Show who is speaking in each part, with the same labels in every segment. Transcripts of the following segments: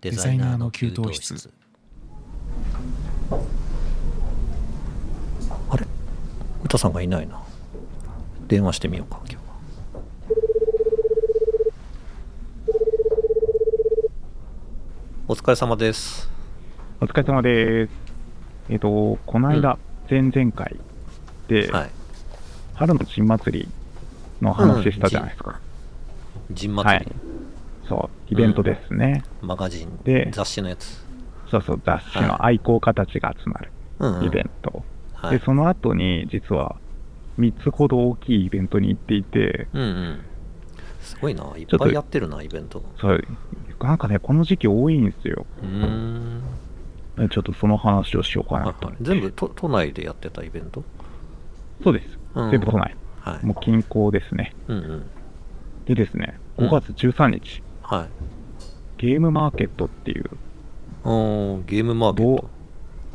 Speaker 1: デザイナーの給湯室
Speaker 2: あれ歌さんがいないな電話してみようか今日はお疲れ様です
Speaker 3: お疲れ様です。えっ、と、この間、前々回で、
Speaker 2: はい
Speaker 3: 春の新祭りの話したじゃないですか。
Speaker 2: 陣祭り、
Speaker 3: はいそう、イベントですね。
Speaker 2: マガジン
Speaker 3: で
Speaker 2: 雑誌のやつ
Speaker 3: そうそう、雑誌の愛好家たちが集まる
Speaker 2: うんうん
Speaker 3: イベント。
Speaker 2: はい
Speaker 3: で、その後に、実は、3つほど大きいイベントに行っていて、
Speaker 2: うんうんすごいないっ
Speaker 3: ちょっ
Speaker 2: ぱ
Speaker 3: と
Speaker 2: いやってるなイベント
Speaker 3: そう、なんかね、この時期多いんですよ。
Speaker 2: うーん
Speaker 3: ちょっとその話をしようか
Speaker 2: は
Speaker 3: ないと
Speaker 2: はい。全部都都内でやってたイベント
Speaker 3: そうです。
Speaker 2: うん
Speaker 3: 全部都内。
Speaker 2: はい
Speaker 3: もう近郊ですね。
Speaker 2: うんうん
Speaker 3: でですね、
Speaker 2: うん
Speaker 3: 5月13日、
Speaker 2: はい
Speaker 3: ゲームマーケットっていう、
Speaker 2: おーゲームマーケット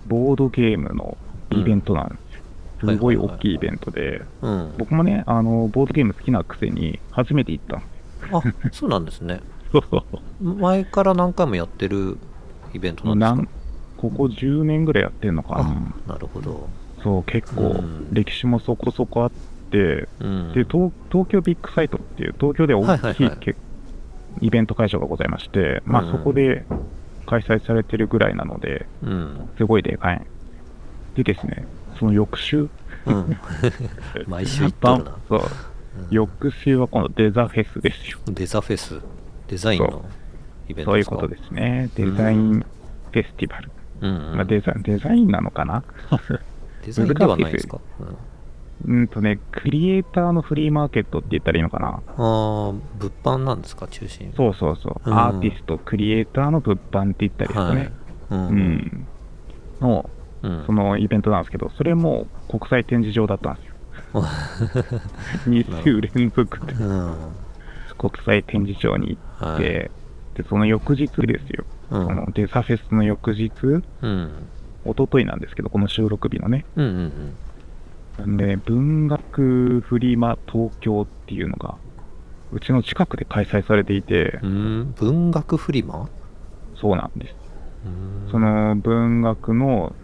Speaker 3: ボードゲームのイベントなんですよ。
Speaker 2: うん
Speaker 3: すごい
Speaker 2: はいはいはい
Speaker 3: 大きいイベントで、
Speaker 2: うん
Speaker 3: 僕もね、あの、ボードゲーム好きなくせに、初めて行ったの。
Speaker 2: あ そうなんですね
Speaker 3: そう そう
Speaker 2: 前から何回もやってるイベント
Speaker 3: もう
Speaker 2: なんで
Speaker 3: なんここ10年ぐらいやってんのか
Speaker 2: あ
Speaker 3: な。
Speaker 2: すかなるほど
Speaker 3: そう、結構
Speaker 2: うん、
Speaker 3: 歴史もそこそこあって、
Speaker 2: うん
Speaker 3: で東、東京ビッグサイトっていう、東京で大き
Speaker 2: はい
Speaker 3: い
Speaker 2: はいはい
Speaker 3: けイベント会場がございまして、ま
Speaker 2: うん
Speaker 3: あそこで開催されてるぐらいなので、
Speaker 2: うん
Speaker 3: すごいでかい。でですね、その翌週、
Speaker 2: うん 毎週行っとるな
Speaker 3: そう
Speaker 2: うん
Speaker 3: 翌週は今度デザフェスですよ。
Speaker 2: デザフェスデザインのイベント
Speaker 3: そう
Speaker 2: で
Speaker 3: いう
Speaker 2: すか
Speaker 3: ことですね。デザインフェスティバル。
Speaker 2: うんうん
Speaker 3: まあ、デザデザインなの かな
Speaker 2: デザインではないですか、うん
Speaker 3: うんとね、クリエイターのフリーマーケットって言ったらいいのかな
Speaker 2: ああ、物販なんですか、中心。
Speaker 3: そうそうそう。
Speaker 2: うん
Speaker 3: アーティスト、クリエイターの物販って言ったりですか
Speaker 2: は
Speaker 3: ね。
Speaker 2: い。うん。
Speaker 3: う。ん。の、
Speaker 2: うん、
Speaker 3: そのイベントなんですけど、それも国際展示場だったんです よ。2週連続で
Speaker 2: うん。
Speaker 3: 国際展示場に行って、で、その翌日ですよ。
Speaker 2: う
Speaker 3: そ
Speaker 2: ん
Speaker 3: のデザフェスの翌日、
Speaker 2: うん。
Speaker 3: 一昨日なんですけど、この収録日のね、
Speaker 2: うんうん
Speaker 3: で文学フリマ東京っていうのが、うちの近くで開催されていて
Speaker 2: う、ん。うん文学フリマ
Speaker 3: そうなんです。
Speaker 2: うん
Speaker 3: その文学の、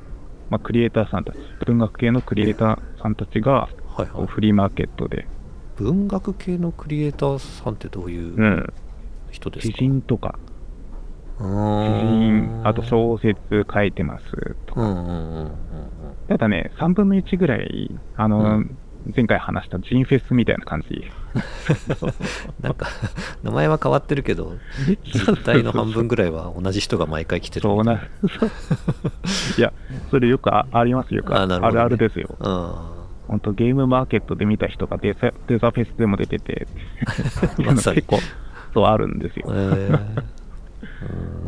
Speaker 3: まあ、クリエイターさんたち、文学系のクリエイターさんたちが、
Speaker 2: はいはい。
Speaker 3: フリーマーケットで、、
Speaker 2: 文学系のクリエイターさんってどういううん人です
Speaker 3: 詩
Speaker 2: か、
Speaker 3: 人とか、
Speaker 2: う
Speaker 3: 詩
Speaker 2: ん、
Speaker 3: 人、あと小説書いてますと
Speaker 2: う
Speaker 3: か。
Speaker 2: んうんうんうんうん。
Speaker 3: ただね、3分の1ぐらい、あの、
Speaker 2: う
Speaker 3: 前回話したジンフェスみたいな感 じ。
Speaker 2: なんか 名前は変わってるけど実態の半分ぐらいは同じ人が毎回来てる
Speaker 3: そうな、 いや、それよくあありますよくあ
Speaker 2: あなるほどね
Speaker 3: あるあるですよ。
Speaker 2: うん
Speaker 3: 本当、ゲームマーケットで見た人がデザデザフェスでも出てて、っていうの
Speaker 2: まさに
Speaker 3: 結構、そうあるんです
Speaker 2: え
Speaker 3: よ。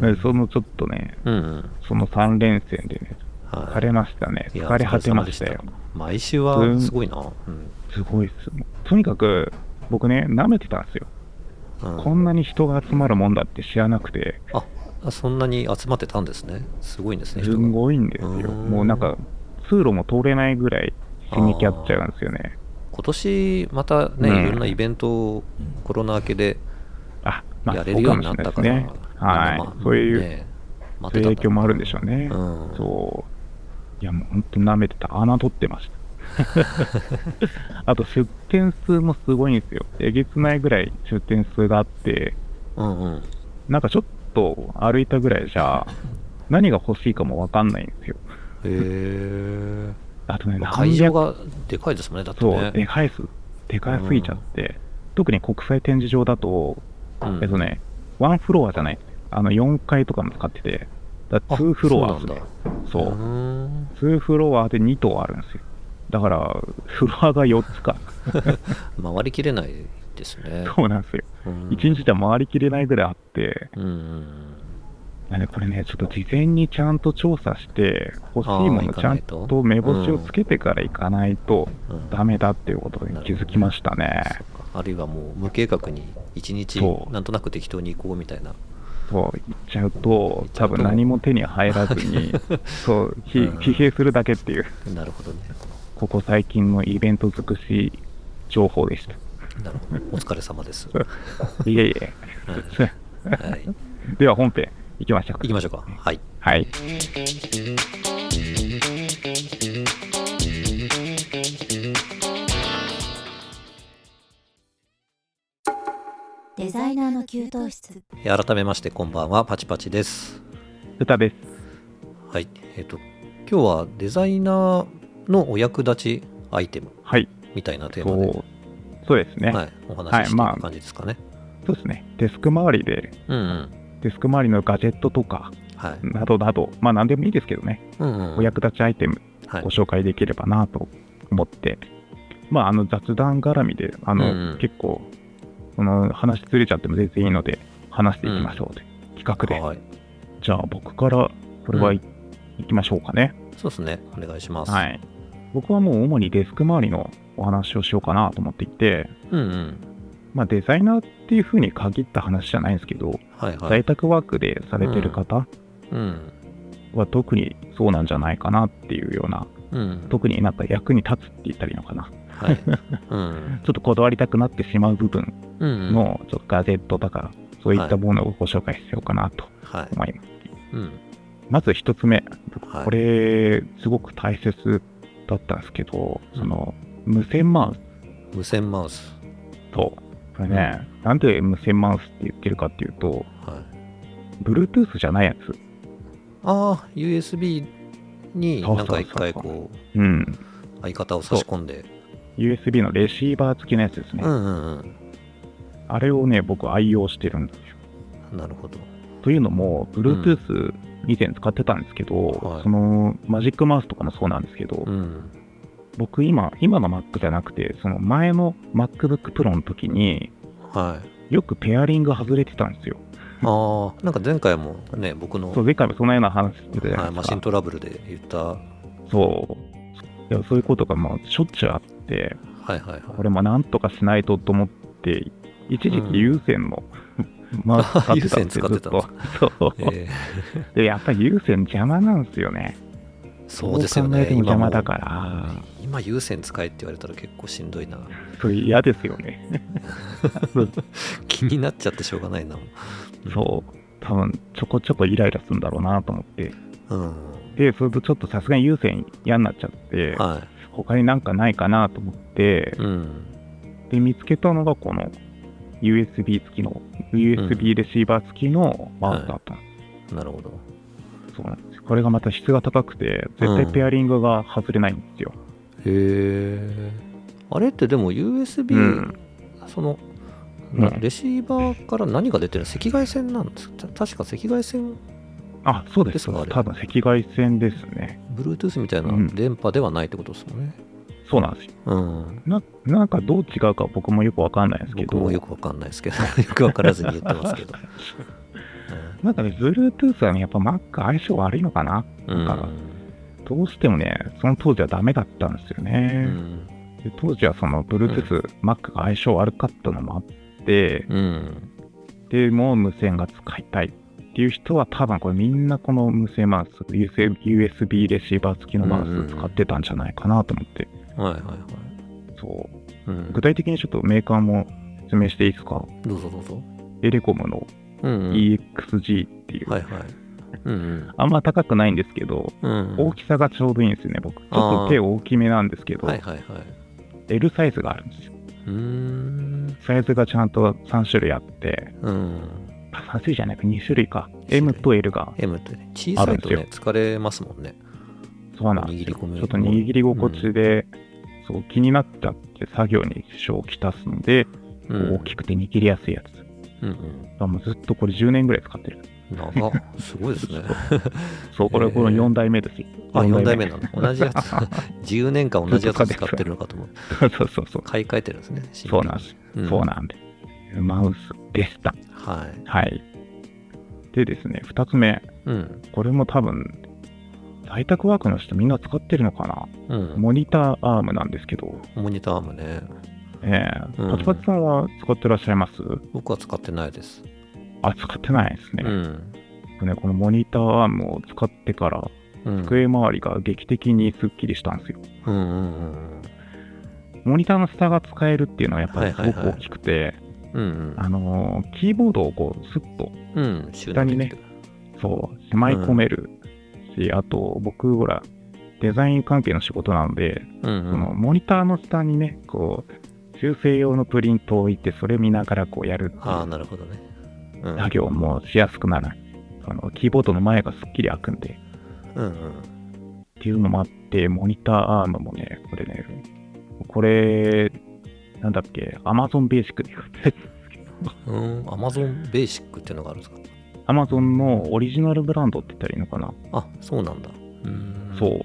Speaker 2: ー、
Speaker 3: でそのちょっとね、
Speaker 2: うんうん
Speaker 3: その3連戦でね、
Speaker 2: はい
Speaker 3: 疲れましたね。
Speaker 2: いや
Speaker 3: 疲れ果てましたよ
Speaker 2: お疲れ様。で毎週はすごいな、うん
Speaker 3: すごいっす。もうとにかく、僕ね、舐めてたんですよ。
Speaker 2: うん
Speaker 3: こんなに人が集まるもんだって知らなくて、
Speaker 2: ああそんなに集まってたんですねすごいんですね
Speaker 3: す
Speaker 2: 人が
Speaker 3: んごいんですよ。
Speaker 2: うん
Speaker 3: もうなんか、通路も通れないぐらい刺激あっちゃうんですよね。
Speaker 2: 今年またね、
Speaker 3: うん
Speaker 2: いろんなイベントをコロナ明けで
Speaker 3: あ、まあ、
Speaker 2: やれるようになったから、
Speaker 3: そうかもしれないですね。は
Speaker 2: み
Speaker 3: い。
Speaker 2: んなまあ
Speaker 3: そういう、
Speaker 2: ね待
Speaker 3: そ
Speaker 2: っ
Speaker 3: うい
Speaker 2: てたん
Speaker 3: う影
Speaker 2: だ
Speaker 3: 響もあるんでしょうね。
Speaker 2: うん
Speaker 3: そう。いや、もう本当舐めてた。侮ってました。あと、出店数もすごいんですよ。えげつないぐらい出店数があって、
Speaker 2: うんうん
Speaker 3: なんかちょっと歩いたぐらいじゃ、何が欲しいかもわかんないんですよ。
Speaker 2: へえ
Speaker 3: あとね、
Speaker 2: 会場
Speaker 3: 何百
Speaker 2: がでかいですもんねだって
Speaker 3: そう、で
Speaker 2: ね
Speaker 3: かいす、でかすぎちゃって、特に国際展示場だと、
Speaker 2: うん
Speaker 3: えっとね、ワンフロアじゃない、あの4階とかも使ってて、だから2フロア
Speaker 2: あ
Speaker 3: で
Speaker 2: そう
Speaker 3: す
Speaker 2: な
Speaker 3: ね
Speaker 2: んだ
Speaker 3: そう
Speaker 2: うーん
Speaker 3: 2フロアで2棟あるんですよ。だから、フロアが4つか。
Speaker 2: 回りきれないですね
Speaker 3: そうなんですよ。
Speaker 2: うん
Speaker 3: 1日じゃ回りきれないぐらいあって、
Speaker 2: うんうん
Speaker 3: なんでこれね、ちょっと事前にちゃんと調査して、欲しいも
Speaker 2: あー行
Speaker 3: の
Speaker 2: か
Speaker 3: ちゃ
Speaker 2: なんいと
Speaker 3: と目星をつけてから行かないと
Speaker 2: うんうん
Speaker 3: ダメだっていうことに気づきましたね。
Speaker 2: そっかあるいはもう無計画に一日
Speaker 3: そう
Speaker 2: なんとなく適当に行こうみたいな
Speaker 3: そう、行っちゃうと
Speaker 2: っ、ちゃ
Speaker 3: 多
Speaker 2: うと
Speaker 3: 分何も手に入らずに、そう、ひ
Speaker 2: うん
Speaker 3: 疲弊するだけっていう、
Speaker 2: なるほどね
Speaker 3: ここ最近のイベント尽くし情報でした。
Speaker 2: なる ほどお疲れ様です
Speaker 3: いえいえ。
Speaker 2: はい、はい
Speaker 3: では本編、行きましょうか
Speaker 2: 行きましょうか。はい。
Speaker 3: はい。
Speaker 4: デザイナーの給湯室
Speaker 2: えー改めまして、こんばんは。パチパチです。
Speaker 3: 歌です。
Speaker 2: はい。えっ、と、今日はデザイナーのお役立ちアイテム
Speaker 3: はい。
Speaker 2: みたいなテーマで、
Speaker 3: そうそうですね、
Speaker 2: はい、お話ししてい
Speaker 3: まあ
Speaker 2: く感じですかね。
Speaker 3: そうですね。デスク周りで、
Speaker 2: うんうん。
Speaker 3: デスク周りのガジェットとか、
Speaker 2: はい。
Speaker 3: などなど、まあ何でもいいですけどね、
Speaker 2: うんうん、
Speaker 3: お役立ちアイテム
Speaker 2: はい
Speaker 3: ご。紹介できればなと思って、まあ、あの雑談絡みで、あの、
Speaker 2: うんうん
Speaker 3: 結構、その話ずれちゃっても全然いいので、話していきましょうと、企画で。
Speaker 2: はい。
Speaker 3: じゃあ、僕から、これは
Speaker 2: うん
Speaker 3: い、いきましょうかね。
Speaker 2: そうですね。お願いします。
Speaker 3: はい。僕はもう主にデスク周りのお話をしようかなと思っていて、
Speaker 2: うんうん。
Speaker 3: まあ、デザイナーっていうふうに限った話じゃないんですけど、
Speaker 2: はいはい。
Speaker 3: 在宅ワークでされてる方
Speaker 2: うん。
Speaker 3: は特にそうなんじゃないかなっていうような、
Speaker 2: うん。
Speaker 3: 特になんか役に立つって言ったらいいのかな。
Speaker 2: はい。うん。
Speaker 3: ちょっとこだわりたくなってしまう部分
Speaker 2: うん。
Speaker 3: のちょっとガジェットとか、そういったものをご紹介しようかなと
Speaker 2: はい。
Speaker 3: 思います。
Speaker 2: うん。
Speaker 3: まず一つ目、
Speaker 2: はい。
Speaker 3: これ、すごく大切だったんですけど、
Speaker 2: うん
Speaker 3: その無線マウス
Speaker 2: 無線マウス。
Speaker 3: と、これね、なんで無線マウスって言ってるかっていうと、
Speaker 2: はい。
Speaker 3: Bluetooth じゃないやつ、
Speaker 2: ああ、USB に
Speaker 3: そう
Speaker 2: な
Speaker 3: そ
Speaker 2: ん
Speaker 3: うそうそう
Speaker 2: か一回こう、
Speaker 3: うん、
Speaker 2: 相方を差し込んで。
Speaker 3: USB のレシーバー付きのやつですね。
Speaker 2: うんうん
Speaker 3: あれをね、僕愛用してるんですよ。
Speaker 2: うん。なるほど。
Speaker 3: というのも、Bluetooth 以前使ってたんですけど、
Speaker 2: はい
Speaker 3: そのマジックマウスとかもそうなんですけど、
Speaker 2: うん。
Speaker 3: 僕今、今の Mac じゃなくて、その前の MacBook Pro の時に、
Speaker 2: はい。
Speaker 3: よくペアリング外れてたんですよ。
Speaker 2: ああ、なんか前回もね、僕の、
Speaker 3: そう、前回もそんなような話してたじゃな
Speaker 2: はいい、
Speaker 3: で
Speaker 2: マ
Speaker 3: す
Speaker 2: シ
Speaker 3: か。
Speaker 2: ントラブルで言った。はい
Speaker 3: そう。いやそういうことがまあしょっちゅうあって、
Speaker 2: はいはい。
Speaker 3: これもなんとかしないとと思って、一時
Speaker 2: うん
Speaker 3: 期有線の、 マウス使ってたんです
Speaker 2: 有線
Speaker 3: よ、
Speaker 2: 使っ
Speaker 3: ず
Speaker 2: て
Speaker 3: った
Speaker 2: んで
Speaker 3: と
Speaker 2: す。
Speaker 3: そう、
Speaker 2: え
Speaker 3: で。やっぱり有線邪魔なんですよね。
Speaker 2: ーそうですよ
Speaker 3: ど考え
Speaker 2: ね。
Speaker 3: ても邪魔
Speaker 2: 今
Speaker 3: だ
Speaker 2: もう
Speaker 3: から、
Speaker 2: 今有線使えって言われたら結構しんどいな。
Speaker 3: そう嫌ですよね。
Speaker 2: 気になっちゃってしょうがないな。
Speaker 3: そう。多分ちょこちょこイライラするんだろうなと思って。
Speaker 2: うん。
Speaker 3: で、それとちょっとさすがに有線嫌になっちゃって、
Speaker 2: は
Speaker 3: 他になんかないかなと思って
Speaker 2: い。、うん。
Speaker 3: で、見つけたのがこの USB 付きの、USB レシーバー付きのマウスだったの、
Speaker 2: なるほど。
Speaker 3: そうなんですよ。これがまた質が高くて、絶対ペアリングが外れないんですよ。
Speaker 2: へえ。あれってでも USB、
Speaker 3: うん
Speaker 2: その、
Speaker 3: うん
Speaker 2: レシーバーから何が出てるの赤外線なんですた確か赤外線、
Speaker 3: あ、そうです。
Speaker 2: ですか
Speaker 3: そうです
Speaker 2: あ
Speaker 3: 多
Speaker 2: れ
Speaker 3: 分赤外線ですね。
Speaker 2: Bluetooth みたいな
Speaker 3: うん
Speaker 2: 電波ではないってことですもんね。
Speaker 3: そうなんですよ。
Speaker 2: うん。
Speaker 3: ななんかどう違うか僕もよくわかんないですけ
Speaker 2: 僕
Speaker 3: ど、
Speaker 2: もよくわかんないですけど、 よくわからずに言ってますけど。
Speaker 3: なんかね、Bluetooth はね、やっぱ Mac 相性悪いのかな。
Speaker 2: うん
Speaker 3: だからどうしてもね、その当時はダメだったんですよ
Speaker 2: う
Speaker 3: ね。
Speaker 2: ん。
Speaker 3: で当時はその Bluetooth、Mac が相性悪かったのもあって、
Speaker 2: うん。
Speaker 3: でも無線が使いたいっていう人は多分これみんなこの無線マウス USB, USB レシーバー付きのマウス使ってたんじゃないかなと思って、
Speaker 2: はいはいはい。
Speaker 3: そう
Speaker 2: うん
Speaker 3: 具、体的にちょっとメーカーも説明していいですか
Speaker 2: どうぞどうぞ。
Speaker 3: エレコムの
Speaker 2: うん、うん。
Speaker 3: EXG っていう、
Speaker 2: はいはい。うん
Speaker 3: あんま高くないんですけど、
Speaker 2: うん。
Speaker 3: 大きさがちょうどいいんですよね僕ちょっと手大きめなんですけど、
Speaker 2: はいはいはい。
Speaker 3: L サイズがあるんですよ
Speaker 2: うーん。
Speaker 3: サイズがちゃんと3種類あって
Speaker 2: うん。
Speaker 3: あ3種類じゃないか2種類か
Speaker 2: 種類
Speaker 3: M と L が
Speaker 2: M ってね、小さいと
Speaker 3: あるん
Speaker 2: ね、疲れますもんね。
Speaker 3: そうなんです
Speaker 2: 握り込む
Speaker 3: ちょっと握り心地で、そう気になっちゃって作業に支障をきたすので、
Speaker 2: うん、
Speaker 3: 大きくて握りやすいやつ。
Speaker 2: うん
Speaker 3: あもうずっとこれ10年ぐらい使ってる。
Speaker 2: うん。長っすごいです ね。
Speaker 3: そう、これ
Speaker 2: へー
Speaker 3: この4代目ですよ。
Speaker 2: あ、4代
Speaker 3: 目。
Speaker 2: 目なの。同じやつ。10年間同じやつ使ってるのかと思う。
Speaker 3: そうそうそうそう。
Speaker 2: 買い替えてるんですね。新
Speaker 3: そう
Speaker 2: 品
Speaker 3: なんです。
Speaker 2: うん
Speaker 3: そうなんです。マウスでした。
Speaker 2: はい。
Speaker 3: はい。でですね、2つ目。
Speaker 2: うん。
Speaker 3: これも多分、在宅ワークの人みんな使ってるのかな
Speaker 2: うん。
Speaker 3: モニターアームなんですけど、
Speaker 2: モニターアームね。
Speaker 3: ええ
Speaker 2: うん
Speaker 3: パチパチさんは使ってらっしゃいます
Speaker 2: 僕は使ってないです。
Speaker 3: あ、使ってないですね。
Speaker 2: うん。
Speaker 3: ね、このモニターアームを使ってから、
Speaker 2: うん。
Speaker 3: 机周りが劇的にスッキリしたんですよ。
Speaker 2: うんうんうん
Speaker 3: モニターの下が使えるっていうのはやっぱりすごく大きくて、
Speaker 2: うん。うん
Speaker 3: あのーキーボードをこう、スッと、
Speaker 2: うん。うん。集
Speaker 3: 下
Speaker 2: 団
Speaker 3: に
Speaker 2: 的
Speaker 3: ね
Speaker 2: に。
Speaker 3: そう、しまい込めるし、あと、僕、ほら、デザイン関係の仕事なんで、
Speaker 2: うん
Speaker 3: そのモニターの下にね、こう、修正用のプリントを置いて、それ見ながらこうやるっていう
Speaker 2: ああ、なるほどね。うん、
Speaker 3: 作業もしやすくなる。あのキーボードの前がすっきり開くんで、
Speaker 2: うんうん。
Speaker 3: っていうのもあって、モニターアームもね、これね、これ、なんだっけ、Amazon ベーシックで買ったやつですけど、
Speaker 2: うん、Amazon Basic っていうのがあるんですか
Speaker 3: Amazon のオリジナルブランドって言ったらいいのかな。
Speaker 2: あ、そうなんだ。うん
Speaker 3: そう。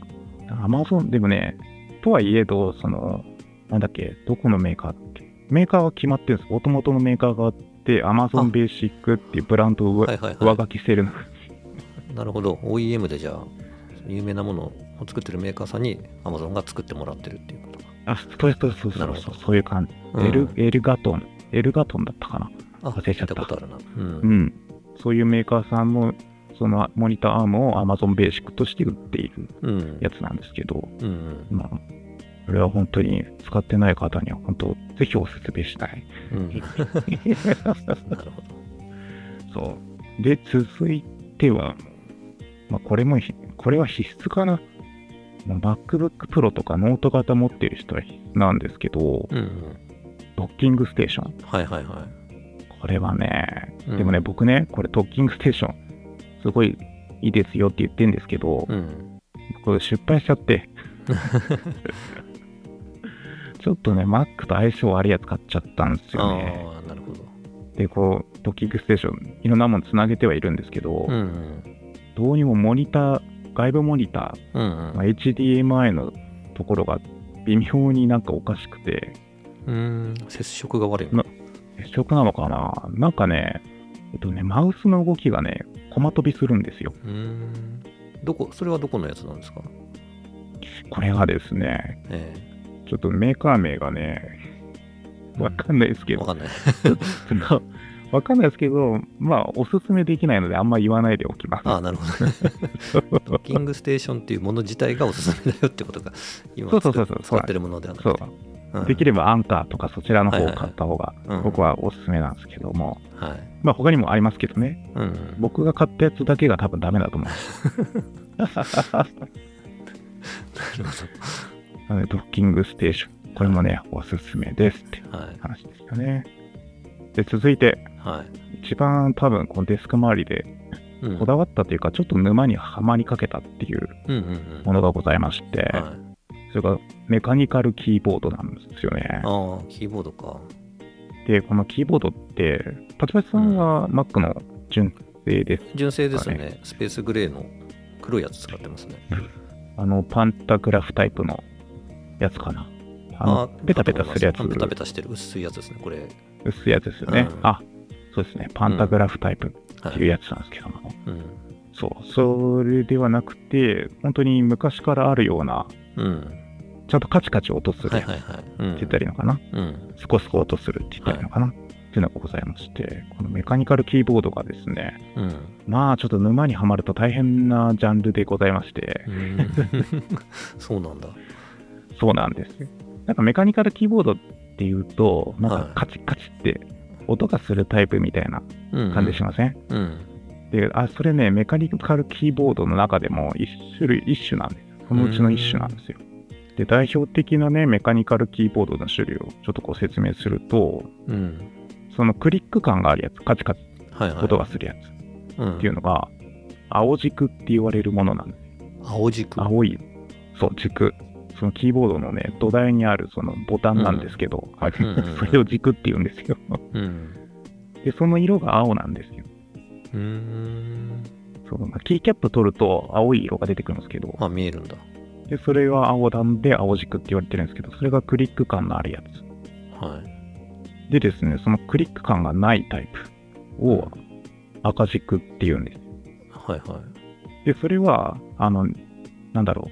Speaker 3: Amazon、でもね、とはいえど、その、なんだっけ、どこのメーカーだっけメーカーは決まってるんです。元々のメーカーがあって、Amazon ベーシックっていうブランドを上,、
Speaker 2: はいはい
Speaker 3: 上
Speaker 2: は
Speaker 3: 書きしてるの。
Speaker 2: い。なるほど。OEM でじゃあ、有名なものを作ってるメーカーさんに Amazon が作ってもらってるっていうことか。
Speaker 3: あ、そうそうそう
Speaker 2: な
Speaker 3: そ
Speaker 2: るほ
Speaker 3: うそ
Speaker 2: ど
Speaker 3: う、そういう感じ。エル、エルガトン、エルガトンだったかな。
Speaker 2: あ、
Speaker 3: 忘れち
Speaker 2: 聞
Speaker 3: ゃっ
Speaker 2: い
Speaker 3: た
Speaker 2: たことあるな。うん。
Speaker 3: うん。そういうメーカーさんも、そのモニターアームを Amazon ベーシックとして売っている
Speaker 2: うん。
Speaker 3: やつなんですけど、
Speaker 2: うんうん。
Speaker 3: まあ、これは本当に使ってない方には本当、ぜひおすすめし たい。
Speaker 2: うん。なるほど。
Speaker 3: そう。で、続いては、まあ、これもひ、これは必須かな。まあ MacBook Pro とかノート型持ってる人は必須なんですけど、
Speaker 2: うんうん。
Speaker 3: ドッキングステーション。
Speaker 2: はいはいは
Speaker 3: これはね、
Speaker 2: い。
Speaker 3: でもね、
Speaker 2: うん、
Speaker 3: 僕ね、これドッキングステーション、すごいいいですよって言ってんですけど、
Speaker 2: うん。
Speaker 3: 僕失敗しち ゃって。ちょっとね、Mac と相性悪いやつ買っちゃったんですよね。
Speaker 2: ああ、なるほど。
Speaker 3: で、こう、ドッキングステーション、いろんなものつなげてはいるんですけど、
Speaker 2: うんうん。
Speaker 3: どうにもモニター、外部モニター、
Speaker 2: うん
Speaker 3: まあ HDMI のところが微妙になんかおかしくて、
Speaker 2: うん。うん。接触が悪いのか
Speaker 3: 接触なのかななんかね、えっとね、マウスの動きがね、コマ飛びするんですよ。
Speaker 2: うん。どこ、それはどこのやつなんですか
Speaker 3: これがですね、
Speaker 2: え
Speaker 3: ちょっとメーカー名がね、
Speaker 2: うん
Speaker 3: わかんないです
Speaker 2: え
Speaker 3: けど
Speaker 2: わ、かんない。
Speaker 3: その わかんないですけど、まあ、おすすめできないので、あんま言わないでおきます。
Speaker 2: ああ、なるほどね。 ドッキングステーションっていうもの自体がおすすめだよってことが、今
Speaker 3: そうそうそうそう
Speaker 2: 使使ってるものではなく
Speaker 3: そ
Speaker 2: て。
Speaker 3: う、
Speaker 2: うん
Speaker 3: できればアンカーとかそちらの方
Speaker 2: はい
Speaker 3: を
Speaker 2: はいはい
Speaker 3: 買った方が
Speaker 2: うん
Speaker 3: 僕はおすすめなんですけども、
Speaker 2: はい。
Speaker 3: まあ他にもありますけどね、
Speaker 2: うんうん。
Speaker 3: 僕が買ったやつだけが多分ダメだと思う。
Speaker 2: なるほ
Speaker 3: なのでドッキングステーション、これもね、おすすめですって
Speaker 2: ど。はい。
Speaker 3: 話ですよね。で、続いて、
Speaker 2: はい。
Speaker 3: 一番多分このデスク周りで
Speaker 2: うん
Speaker 3: こだわったというか、ちょっと沼にはまりかけたっていう
Speaker 2: うんうんう
Speaker 3: ものがございまし
Speaker 2: ん。
Speaker 3: て、
Speaker 2: はい。
Speaker 3: それがメカニカルキーボードなんですよね。
Speaker 2: ああ、キーボードか。
Speaker 3: で、このキーボードって、パチパチさんは Mac の純正です。
Speaker 2: 純正です
Speaker 3: は
Speaker 2: ね。スペースグレーの黒いやつ使ってますね。
Speaker 3: あの、パンタグラフタイプのやつかな。あの、
Speaker 2: ー
Speaker 3: ペタペタするやつ
Speaker 2: あ、ペタペタしてる薄いやつですね、これ。
Speaker 3: 薄いやつですよね。
Speaker 2: うん
Speaker 3: あ、そうですね。パンタグラフタイプっ
Speaker 2: は
Speaker 3: ていう
Speaker 2: い。
Speaker 3: やつなんですけども。
Speaker 2: うん。
Speaker 3: そう、それではなくて、本当に昔からあるような、
Speaker 2: うん。
Speaker 3: ちゃんとカチカチ音する
Speaker 2: はい
Speaker 3: って
Speaker 2: はいはい。うん。
Speaker 3: 言ったらいいのかな。
Speaker 2: うん。
Speaker 3: スコスコ音するって言ったらいいのかな。っていうのがございまして、このメカニカルキーボードがですね、
Speaker 2: うん。
Speaker 3: まあちょっと沼にはまると大変なジャンルでございまして、
Speaker 2: うん そうなんだ。
Speaker 3: そうなんです。なんかメカニカルキーボードっていうと、なん
Speaker 2: はい
Speaker 3: かカチカチって音がするタイプみたいな
Speaker 2: うん。
Speaker 3: 感じしません、
Speaker 2: うん。
Speaker 3: で、あ、それね、メカニカルキーボードの中でも一種類、一種なんです。そのうちの一種なんですよ。で、代表的なね、メカニカルキーボードの種類をちょっとご説明すると、
Speaker 2: うん。
Speaker 3: そのクリック感があるやつ、カチカチ
Speaker 2: はいはい。
Speaker 3: 音がするやつっ
Speaker 2: うん
Speaker 3: ていうのが、青軸って言われるものなんです。
Speaker 2: 青軸。
Speaker 3: 青い、そう、軸。そのキーボードのね、土台にあるそのボタンなんですけど、はい
Speaker 2: うんうんうん
Speaker 3: それを軸って言うんですよ。
Speaker 2: うん。
Speaker 3: で、その色が青なんですよ。
Speaker 2: うーん。
Speaker 3: そのまあキーキャップ取ると青い色が出てくるんですけど、
Speaker 2: あ、見えるんだ。
Speaker 3: で、それが青なんで青軸って言われてるんですけど、それがクリック感のあるやつ。
Speaker 2: はい。
Speaker 3: でですね、そのクリック感がないタイプを赤軸って言うんです。
Speaker 2: はいは
Speaker 3: で、それは、あの、なんだろ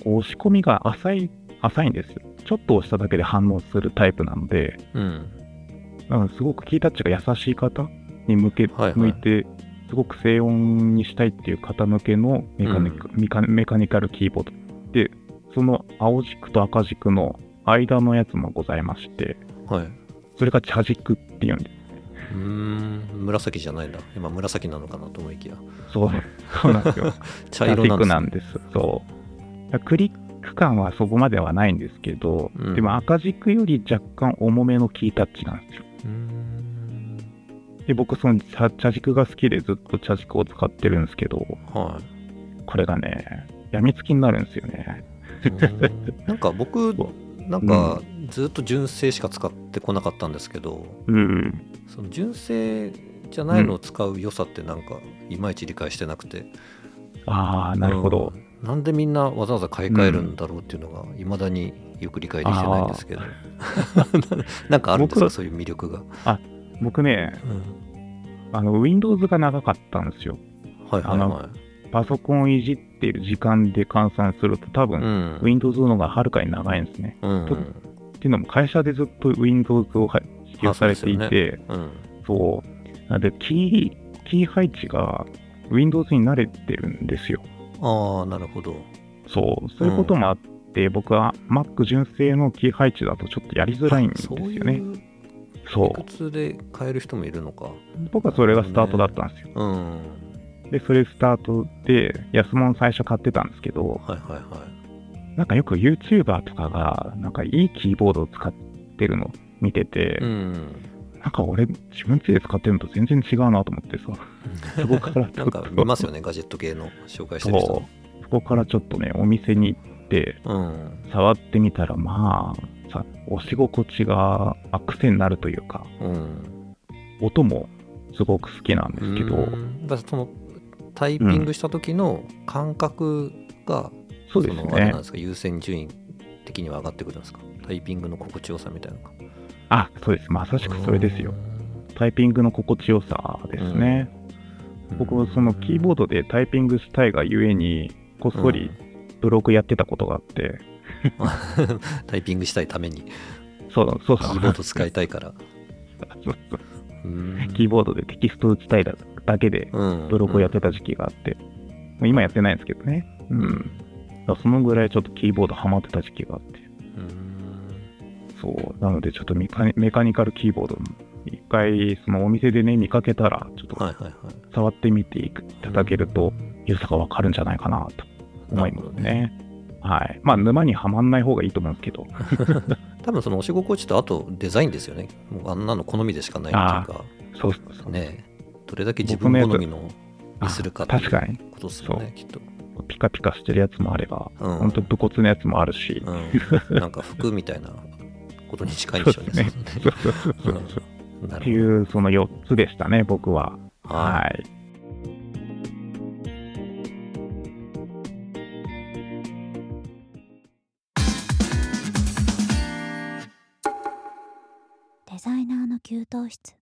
Speaker 3: う、こう押し込みが浅い、浅いんですよ。ちょっと押しただけで反応するタイプなので、
Speaker 2: い。うん。
Speaker 3: なんかすごくキータッチが優しい方に向け、
Speaker 2: はいはい
Speaker 3: 向いて、すごく静音にしたいっていう方向けのメカニカ,、メカメカニカルキーボード。で、その青軸と赤軸の間のやつもございまして、
Speaker 2: はい。
Speaker 3: それが茶軸っていうんです。
Speaker 2: ーん紫じゃないんだ今紫なのかなと思いきや
Speaker 3: そう、そうなんです よ。
Speaker 2: 茶色なん
Speaker 3: グラフィック
Speaker 2: です
Speaker 3: なんです。そう。クリック感はそこまではないんですけど、
Speaker 2: うん
Speaker 3: でも赤軸より若干重めのキータッチなんですよ。
Speaker 2: うーん
Speaker 3: で、僕、その茶茶軸が好きでずっと茶軸を使ってるんですけど、
Speaker 2: はい
Speaker 3: これがね、やみつきになるんですよね。
Speaker 2: うんなんか僕
Speaker 3: そ
Speaker 2: なんかずっと純正しか使ってこなかったんですけど、
Speaker 3: うん。
Speaker 2: その純正じゃないのを使う良さってなんかいまいち理解してなくて、
Speaker 3: ああ、なるほど。
Speaker 2: うんなんでみんなわざわざ買い替えるんだろうっていうのがいまだによく理解できてないんですけど なんかあるんです
Speaker 3: 僕
Speaker 2: か
Speaker 3: は
Speaker 2: そういう魅力が、
Speaker 3: 僕ね、あの、Windows が長かったんですよ。
Speaker 2: はいはい
Speaker 3: あ
Speaker 2: は
Speaker 3: のパソコンをいじっている時間で換算すると、多
Speaker 2: い、う
Speaker 3: 分、
Speaker 2: ん
Speaker 3: Windows の方がはるかに長いんですね。
Speaker 2: うん
Speaker 3: とっていうのも会社でずっと Windows をは使用されてい
Speaker 2: あそう
Speaker 3: て、
Speaker 2: うん
Speaker 3: そう。なんで、キー、キー配置が Windows に慣れてるんですよ。
Speaker 2: ああなるほど
Speaker 3: そう。そういうこともあって、僕は Mac 純正のキー配置だとちょっとやりづらいんですよ
Speaker 2: そうい
Speaker 3: ね。
Speaker 2: う
Speaker 3: そう
Speaker 2: 理屈で買える人もいるのか
Speaker 3: 僕はそれがスタートだったんですよ。
Speaker 2: うんはい
Speaker 3: で、それスタートで、安物最初買ってたんですけど、
Speaker 2: はいはい
Speaker 3: なんかよく YouTuber とかが、なんかいいキーボードを使ってるの見てて、
Speaker 2: うん
Speaker 3: なんか俺、自分家で使ってるのと全然違うなと思 ってさ、そこからち
Speaker 2: な
Speaker 3: ょ
Speaker 2: ん
Speaker 3: っ
Speaker 2: か
Speaker 3: と、
Speaker 2: 見ますよねガジェット系の紹介してる人
Speaker 3: そう。そこからちょっとね、お店に行って、
Speaker 2: うん
Speaker 3: 触ってみたら、まあ、さ、押し心地が癖になるというか、
Speaker 2: うん
Speaker 3: 音もすごく好きなんですけど、
Speaker 2: うんだからそのタイピングした時の感覚が、
Speaker 3: そうで
Speaker 2: そ
Speaker 3: す
Speaker 2: のあれなん
Speaker 3: ね
Speaker 2: で。すか優先順位的には上がってくるんですかタイピングの心地よさみたいなのか
Speaker 3: あ、そうです。まさしくそれですよ。タイピングの心地よさですね。僕はそのキーボードでタイピングしたいがゆえに、こっそりブログやってたことがあって、
Speaker 2: うん タイピングしたいためにキ
Speaker 3: そうそうそう。
Speaker 2: ーボード使いたいから
Speaker 3: そうそうキ
Speaker 2: キ
Speaker 3: ーボードでテキスト打ちたいだけでブログをやってた時期があって、まあ今やってないんですけどね。うん。だからそのぐらいちょっとキーボードハマってた時期があって。そう。なので、ちょっとメカニメカニカルキーボード、一回、そのお店でね、見かけたら、ちょっと
Speaker 2: はいはいはい
Speaker 3: 触ってみていただけると、良さがわかるんじゃないかなと思います
Speaker 2: なる
Speaker 3: ね。はい。まあ、沼にはまんない方がいいと思うんですけど、
Speaker 2: ほど多分その押し心地とあとデザインですよねもうあんなの好みでしかないっていうか
Speaker 3: そうそうそう。
Speaker 2: ねどれだけ自分好みのにするか
Speaker 3: あ
Speaker 2: ってい
Speaker 3: 確
Speaker 2: う
Speaker 3: かに。
Speaker 2: ことですよねきっと
Speaker 3: ピカピカしてるやつもあれば、
Speaker 2: うん
Speaker 3: ほんと武骨なやつもあるし。
Speaker 2: うん、なんか服みたいなことに近いんでしょうね。
Speaker 3: そう
Speaker 2: そうですね
Speaker 3: そうそうそうそうそう。
Speaker 2: な
Speaker 3: って
Speaker 2: る
Speaker 3: いう、その4つでしたね、僕は。
Speaker 2: ほど。。
Speaker 3: はいい。
Speaker 4: デザイナーの給湯室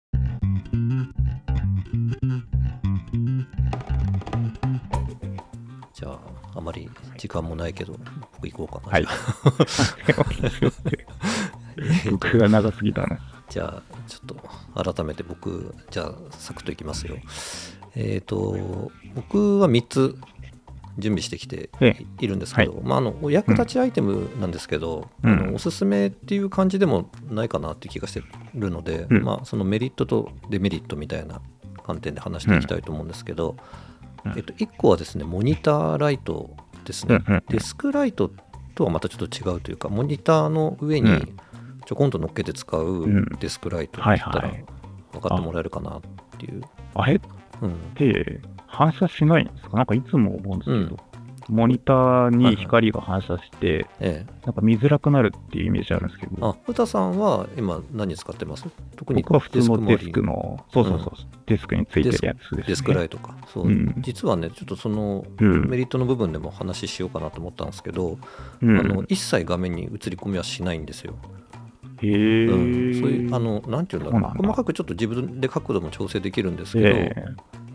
Speaker 2: じゃあ、あまり時間もないけど、僕行こうかな。
Speaker 3: はい僕が長すぎたね。
Speaker 2: じゃあ、ちょっと改めて僕、じゃあ、サクッといきますよ。えっ、と、僕は3つ準備してきて
Speaker 3: ええ
Speaker 2: いるんですけど、まあ、あのお役立ちアイテムなんですけど、
Speaker 3: うん
Speaker 2: あのおすすめっていう感じでもないかなって気がしてるので、
Speaker 3: うん
Speaker 2: まあ、そのメリットとデメリットみたいな観点で話していきたいと思うんですけど、
Speaker 3: うん
Speaker 2: えっと、1個はですねモニターライトです
Speaker 3: うん
Speaker 2: ね、
Speaker 3: うん
Speaker 2: デスクライトとはまたちょっと違うというかモニターの上
Speaker 3: う
Speaker 2: に
Speaker 3: ん
Speaker 2: ちょこんと乗っけて使ううんデスクライトって言った
Speaker 3: はい
Speaker 2: ら
Speaker 3: はい
Speaker 2: 分かってもらえるかなっていう、
Speaker 3: あれっ
Speaker 2: うん、
Speaker 3: て反射しないんですかなんかいつも思うんですけど、モニター
Speaker 2: はいはい
Speaker 3: に光が反射して、
Speaker 2: ええ
Speaker 3: なんか見づらくなるっていうイメージあるんですけど、
Speaker 2: あ歌さんは今何使ってます特に
Speaker 3: 僕は普通の
Speaker 2: 周
Speaker 3: デ
Speaker 2: り
Speaker 3: スクの、そうそうそう、デスクについてるやつですね。
Speaker 2: デスクライトかそう、
Speaker 3: うん
Speaker 2: 実はねちょっとその
Speaker 3: うん
Speaker 2: メリットの部分でも話ししようかなと思ったんですけど、
Speaker 3: うん
Speaker 2: あの一切画面に映り込みはしないんですよ、
Speaker 3: へ
Speaker 2: う
Speaker 3: ぇ
Speaker 2: ん、そういうあのなんていうんだろう
Speaker 3: そうなんだ
Speaker 2: 細かくちょっと自分で角度も調整できるんですけど、
Speaker 3: え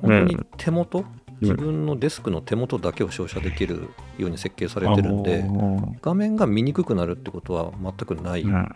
Speaker 2: 本当に手元、
Speaker 3: うん
Speaker 2: 自分のデスクの手元だけを照射できるように設計さ
Speaker 3: え
Speaker 2: れてるんで、
Speaker 3: あのー
Speaker 2: 画面が見にくくなるってことは全くない
Speaker 3: うん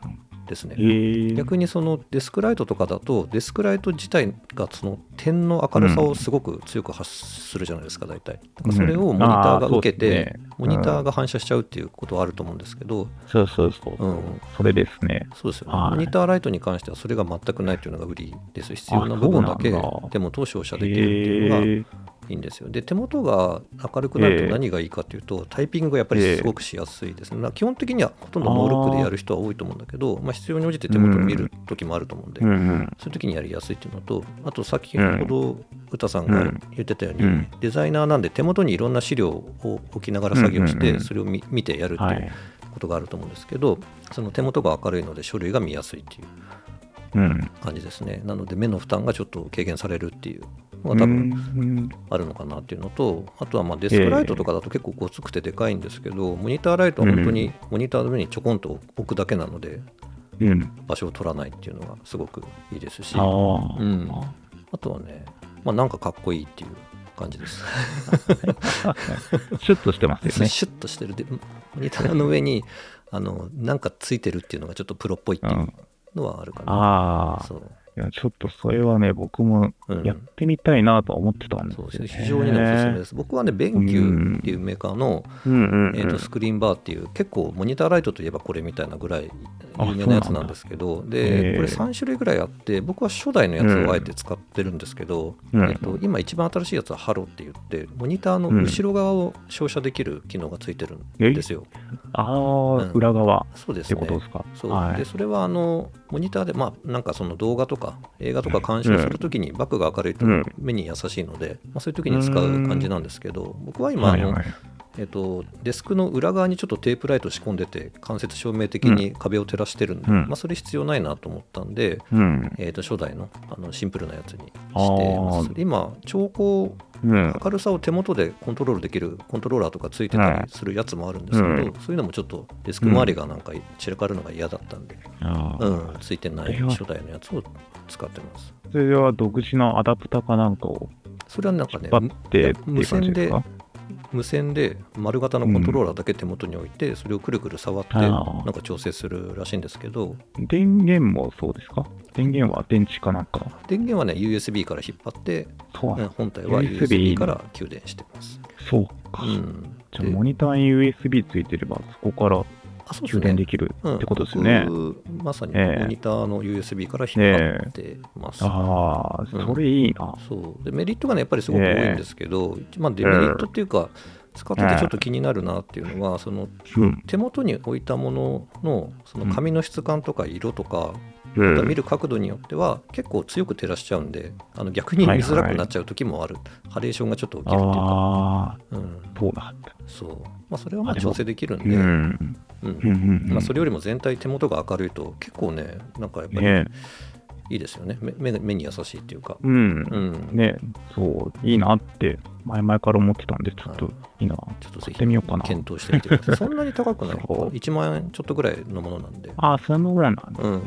Speaker 2: ですね。
Speaker 3: えー、
Speaker 2: 逆にそのデスクライトとかだとデスクライト自体がその点の明るさをすごく強く発するじゃないですか大体だからそれをモニターが受け
Speaker 3: うん
Speaker 2: て
Speaker 3: あーそうですね
Speaker 2: モニターが反射しちゃうっていうことはあると思うんですけど
Speaker 3: そうそうそう、
Speaker 2: うん
Speaker 3: それですね。
Speaker 2: そうですよね
Speaker 3: はい
Speaker 2: モニターライトに関してはそれが全くないっていうのが売りです必要な部分だけ
Speaker 3: あそうなんだ
Speaker 2: でも投資を
Speaker 3: え
Speaker 2: 射できるっていうのがい
Speaker 3: ー
Speaker 2: いんですよで手元が明るくなると何がいいかっていうとタイピングがやっぱりすごくしやすいですねまあ基本的にはほとんどノールックでやる人は多いと思うんだけどまあ必要に応じて手元を見る時もあると思うんで
Speaker 3: うんうん
Speaker 2: そういう時にやりやすいっていうのと、あと先ほど歌さんが言ってたように、
Speaker 3: うん
Speaker 2: デザイナーなんで手元にいろんな資料を置きながら作業し
Speaker 3: うんうんう
Speaker 2: て、
Speaker 3: ん
Speaker 2: それを見見てやるっ
Speaker 3: は
Speaker 2: ていう
Speaker 3: い。
Speaker 2: ことがあると思うんですけど、その手元が明るいので書類が見やすいっていう
Speaker 3: うん。
Speaker 2: 感じですね。なので目の負担がちょっと軽減されるっていうのが多分
Speaker 3: うん
Speaker 2: あるのかなっていうのと、あとはまあデスクライトとかだと結構ごつくてでかいんですけど、モニターライトは本当にモニターの上にちょこんと置くだけなので、
Speaker 3: うん。うん。
Speaker 2: 場所を取らないっていうのがすごくいいですし。
Speaker 3: ああ。
Speaker 2: うんあとはね、まあ、なんかかっこいいっていう感じです。
Speaker 3: シュッとしてますよ ね。
Speaker 2: シュッとしてるで、モニターの上にあのなんかついてるっていうのがちょっとプロっぽいって
Speaker 3: う。
Speaker 2: いうんのはあるかな。
Speaker 3: ああ。
Speaker 2: そう
Speaker 3: いや、ちょっとそれはね、僕も
Speaker 2: うん
Speaker 3: やってみたいなとは思ってたんです
Speaker 2: そ
Speaker 3: よ、
Speaker 2: うで
Speaker 3: ね
Speaker 2: すね非常にねおすすめです。僕はね、ベンキューっていうメーカーの、
Speaker 3: うんうんうん。
Speaker 2: えー、とスクリーンバーっていう、結構モニターライトといえばこれみたいなぐらい
Speaker 3: あ
Speaker 2: 有名なやつなんですけど、で
Speaker 3: へー
Speaker 2: これ3種類ぐらいあって、僕は初代のやつをあえて使ってるんですけど、
Speaker 3: うん
Speaker 2: えっと、今一番新しいやつはハロって言って、モニターの後ろ側を照射できる機能がついてるんですよ。
Speaker 3: ああ、
Speaker 2: ん
Speaker 3: 裏側っ
Speaker 2: そうです
Speaker 3: て
Speaker 2: ね
Speaker 3: ことですか。
Speaker 2: そう
Speaker 3: はい
Speaker 2: で。それはあのモニターで、まあ、なんかその動画とか映画とか鑑賞するときにバックが明るいと
Speaker 3: うん
Speaker 2: 目に優しいので、まあ、そういうときに使う感じなんですけど僕は今あ
Speaker 3: はい
Speaker 2: の、
Speaker 3: はい
Speaker 2: えっとデスクの裏側にちょっとテープライト仕込んでて間接照明的に壁を照らしてるんで、
Speaker 3: うん
Speaker 2: まあ、それ必要ないなと思ったんで、
Speaker 3: うん。
Speaker 2: えっと初代のあのシンプルなやつにして
Speaker 3: あー
Speaker 2: ます今調光
Speaker 3: うん。
Speaker 2: 明るさを手元でコントロールできるコントローラーとかついてたりするやつもあるんですけど、
Speaker 3: うん
Speaker 2: そういうのもちょっとデスク周りがなんか散らかるのが嫌だったんで、
Speaker 3: あ
Speaker 2: う
Speaker 3: ー
Speaker 2: ん、ついてない初代のやつを使ってます。
Speaker 3: それは独自のアダプタかなんかを
Speaker 2: それはなんかね
Speaker 3: 引っ、張ってっていう感じですか
Speaker 2: 無線で丸型のコントローラーだけ手元に置いて、それをくるくる触って、
Speaker 3: あー
Speaker 2: なんか調整するらしいんですけど、
Speaker 3: 電源もそうですか電源は電池かなんか。
Speaker 2: 電源はね、USB から引っ張って、
Speaker 3: そうなん
Speaker 2: うん本体は
Speaker 3: USB
Speaker 2: USB から給電してます。
Speaker 3: そうか。
Speaker 2: うん、
Speaker 3: じゃあ、
Speaker 2: で
Speaker 3: モニターに USB ついてれば、そこから
Speaker 2: あそうです
Speaker 3: 充
Speaker 2: ね
Speaker 3: 電できる
Speaker 2: うん
Speaker 3: ってことですよね。
Speaker 2: 僕まさに
Speaker 3: ええ
Speaker 2: モニターの USB から引っ張ってます。
Speaker 3: ああ、それいいな。
Speaker 2: そうでメリットがねやっぱりすごく多いんですけど、まあ、デメリットっていうか、使っててちょっと気になるなっていうのは、その
Speaker 3: うん。
Speaker 2: 手元に置いたもののその紙の質感とか色とか、
Speaker 3: う
Speaker 2: また見
Speaker 3: ん。
Speaker 2: る角度によっては結構強く照らしちゃうんであの逆に見づらくなっちゃう時もある、ハレーションがちょっと起きるっていうか、
Speaker 3: ああ、
Speaker 2: うん、
Speaker 3: そうだった。
Speaker 2: そう、まあ、それはまあ
Speaker 3: あでも
Speaker 2: 調整できるん
Speaker 3: う
Speaker 2: で、
Speaker 3: ん。
Speaker 2: うん
Speaker 3: うんうん。
Speaker 2: まあ、それよりも全体手元が明るいと結構ねなんかやっぱり
Speaker 3: ね
Speaker 2: いいですよね目目目に優しいっていうか、
Speaker 3: うん。
Speaker 2: うん
Speaker 3: ねそう、いいなって、前々から思ってたんで、ちょっといいな。
Speaker 2: ちょっと
Speaker 3: 買
Speaker 2: ぜ
Speaker 3: っ
Speaker 2: ひ
Speaker 3: てみようかな。
Speaker 2: 検討してみてく ださいそんなに高くない
Speaker 3: そう
Speaker 2: 1万円ちょっとぐらいのものなんで、
Speaker 3: ああ、それもぐらいなんだ。
Speaker 2: うんうん、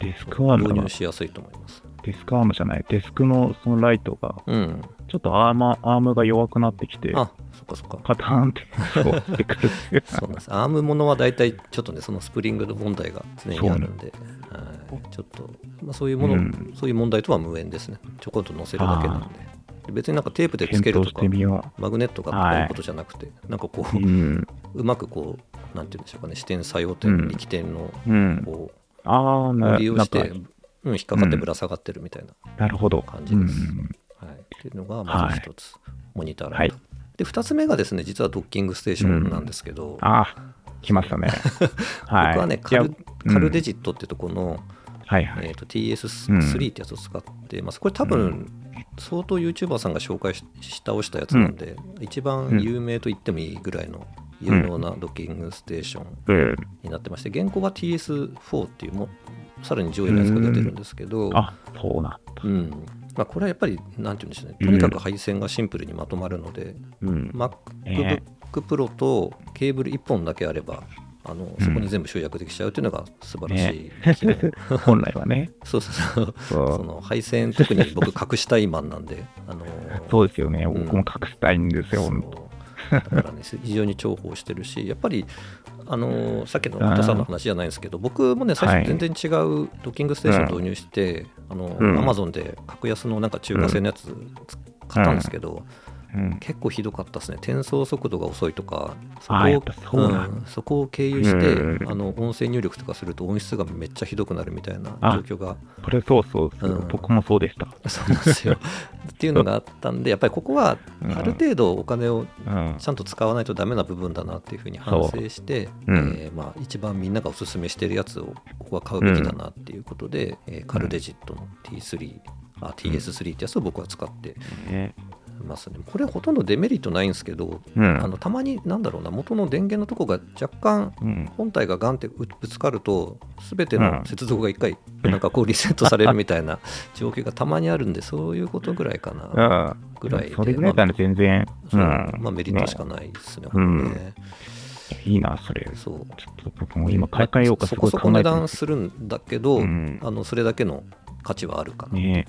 Speaker 3: デスクアーム
Speaker 2: 導
Speaker 3: だな
Speaker 2: 入。しやすいと思います、
Speaker 3: デスクアームじゃない。デスクのそのライトが、
Speaker 2: うん、
Speaker 3: ちょっとアーマアームが弱くなってきて、
Speaker 2: あそっかそっか
Speaker 3: カターンって、そう、してくるってい う。
Speaker 2: そうなんですアームものは大体ちょっとねそのスプリングの問題が常にあるんで、はい、ちょっと、まあ、そういうもの、
Speaker 3: うん
Speaker 2: そういう問題とは無縁ですねちょこっと乗せるだけなんでで別になんかテープでつけ
Speaker 3: 検
Speaker 2: る
Speaker 3: 討
Speaker 2: と
Speaker 3: し
Speaker 2: か
Speaker 3: てみよ
Speaker 2: マグネットが
Speaker 3: はい
Speaker 2: こういうことじゃなくて、なんかこ
Speaker 3: う。うん。
Speaker 2: ううまくこうなんて言うんでしょうかね視点作用点力点の
Speaker 3: うん。
Speaker 2: こ
Speaker 3: ああ、
Speaker 2: う、
Speaker 3: な
Speaker 2: 利用して
Speaker 3: なんか
Speaker 2: うん、引っかかってぶら下がってるみたいな、
Speaker 3: なるほど。
Speaker 2: 感じです
Speaker 3: うん
Speaker 2: はい、っていうのがまず一つ、モニターライト、
Speaker 3: は
Speaker 2: で2つ目がですね実はドッキングステーションなんですけど、
Speaker 3: ああ、来ま したね。はい。
Speaker 2: 僕はね
Speaker 3: い
Speaker 2: カ
Speaker 3: や
Speaker 2: ル
Speaker 3: うん
Speaker 2: カルデジットってとこの、
Speaker 3: はいはい。
Speaker 2: えー、と TS3 ってやつを使ってます、これ多分相当 YouTuber さんが紹介しし倒したやつなんで、一番有名と言ってもいいぐらいの有能なドッキングステーション
Speaker 3: うん。
Speaker 2: になってまして現行は TS4 っていうもさらに上位のやつが出てるんですけど、
Speaker 3: あ、そうな。
Speaker 2: うんまあ、これはやっぱりなんて言うんでしょうねとにかく配線がシンプルにまとまるので、
Speaker 3: うん。
Speaker 2: MacBook Pro とケーブル1本だけあればあのそこに全部集約できちゃうというのが素晴らしい機能、
Speaker 3: 本来はね。
Speaker 2: そうそうそう
Speaker 3: そ
Speaker 2: そうの配線特に僕隠したいマンなんであの
Speaker 3: そうですよね。
Speaker 2: ん
Speaker 3: 僕も隠したいんですよ、
Speaker 2: そ
Speaker 3: ほ
Speaker 2: うん
Speaker 3: と
Speaker 2: だからね非常に重宝してるしやっぱりあのーさっきの太田さんの話じゃないんですけど、僕もね、最初、全然違うドッキングステーション導入して、あの
Speaker 3: うん
Speaker 2: アマゾンで格安のなんか中華製のやつ買ったんですけど、
Speaker 3: うん
Speaker 2: 結構ひどかったですね、転送速度が遅いとか、そ
Speaker 3: あーやっ
Speaker 2: こ
Speaker 3: ぱそうなん
Speaker 2: うんそこを経由して、
Speaker 3: うん
Speaker 2: あの音声入力とかすると音質がめっちゃひどくなるみたいな
Speaker 3: あ
Speaker 2: 状況が、
Speaker 3: これそうそうそう、
Speaker 2: うん
Speaker 3: 僕もそうでした。
Speaker 2: そうなんですよ。っていうのがあったんで、やっぱりここはある程度お金を
Speaker 3: うん
Speaker 2: ちゃんと使わないとダメな部分だなっていうふうに反省して、
Speaker 3: そううん
Speaker 2: えーまあ、一番みんながおすすめしてるやつをここは買うべきだなっていうことで、えーカルデジットの T3 あ TS3 ってやつを僕は使って
Speaker 5: ね
Speaker 2: ますねこれほとんどデメリットないんですけど
Speaker 3: うん
Speaker 2: あのたまになんだろうな元の電源のとこが若干
Speaker 3: うん
Speaker 2: 本体がガンってぶぶつかると全て
Speaker 3: うん
Speaker 2: の接続が一回なんかこうリセットされるみたいな 状況がたまにあるんでそういうことぐらいかな
Speaker 3: あ
Speaker 2: ぐらいで
Speaker 3: それぐらいなら全然、
Speaker 2: そう
Speaker 3: うん
Speaker 2: まあメリットしかないですね、
Speaker 3: う
Speaker 2: 本
Speaker 3: ん
Speaker 2: 当にね
Speaker 3: いいな、それ。
Speaker 2: そう
Speaker 3: ちょっと僕も今買い替えようか、す
Speaker 2: そ
Speaker 3: ご
Speaker 2: こ
Speaker 3: い
Speaker 2: そ
Speaker 3: 考
Speaker 2: こ値
Speaker 3: えて
Speaker 2: 段
Speaker 3: ます
Speaker 2: るんだけど、
Speaker 3: うん
Speaker 2: あのそれだけの価値はあるかなと思い
Speaker 3: ね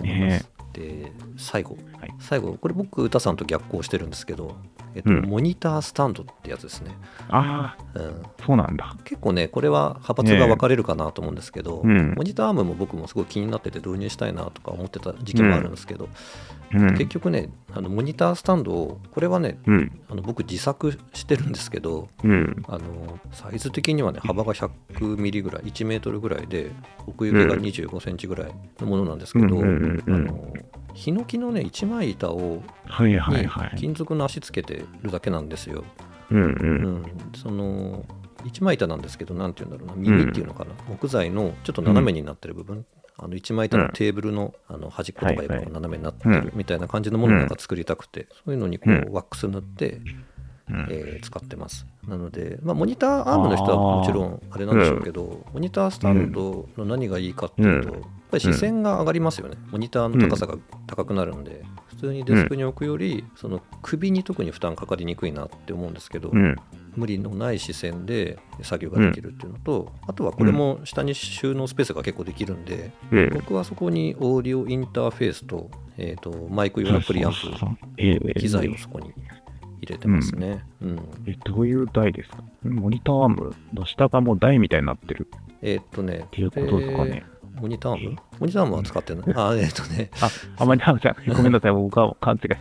Speaker 2: ます、で最後、
Speaker 3: はい
Speaker 2: 最後これ僕歌さんと逆行してるんですけど、えっと
Speaker 3: うん
Speaker 2: モニタースタンドってやつですね、
Speaker 3: あ
Speaker 2: うん、
Speaker 3: あ、そうなんだ。
Speaker 2: 結構ねこれは派閥が分かれるかなと思うんですけど、
Speaker 3: うん
Speaker 2: モニターアームも僕もすごい気になってて導入したいなとか思ってた時期もあるんですけど、
Speaker 3: うん。
Speaker 2: 結局ねあのモニタースタンドをこれはね
Speaker 3: うん。
Speaker 2: あの僕自作してるんですけど、
Speaker 3: うん。
Speaker 2: あのサイズ的にはね幅が100ミリぐらい1メートルぐらいで奥行きが
Speaker 3: うん
Speaker 2: 25センチぐらいのものなんですけど、
Speaker 3: うんうんうんうん
Speaker 2: あのヒノキのね一枚板を
Speaker 3: はいはい
Speaker 2: に
Speaker 3: はい。
Speaker 2: 金属の足つけてるだけなんですよ、
Speaker 3: うん
Speaker 2: う
Speaker 3: う。
Speaker 2: んん、その一枚板なんですけど何て言うんだろうな耳っていうのかな、木材のちょっと斜めになってる部分、あの一枚板のテーブルのあの端っことか横
Speaker 3: はい
Speaker 2: が
Speaker 3: はい
Speaker 2: 斜めになってるみたいな感じのものをなんか作りたくて、そういうのにこ
Speaker 3: うん
Speaker 2: うワックス塗って、
Speaker 3: うん
Speaker 2: えー使ってます。なので、まあ、モニターアームの人はもちろんあれなんでしょうけど、モニタースタンドの何がいいかっていうと、
Speaker 3: うん
Speaker 2: やっぱり視線が上がりますよね、モニターの高さが高くなるので、普通にデスクに置くより、その首に特に負担かかりにくいなって思うんですけど、
Speaker 3: うん。
Speaker 2: 無理のない視線で作業ができるっていうのと、あとはこれも下に収納スペースが結構できるんで、
Speaker 3: うん。
Speaker 2: 僕はそこにオーディオインターフェースと,、えー、とマイク用のプリアン
Speaker 3: そう
Speaker 2: プ
Speaker 3: そうそうええええ
Speaker 2: 機材をそこに入れてますね。うん
Speaker 3: え、どういう台ですかモニターアームの下がもう台みたいになってるっ
Speaker 2: えーっとね、
Speaker 3: ていうことですかね。
Speaker 2: えーモニターアームモニターアームは使ってない。あー、えーっとね、
Speaker 3: あ、あまりなんか、ごめんなさい、僕は勘 違い。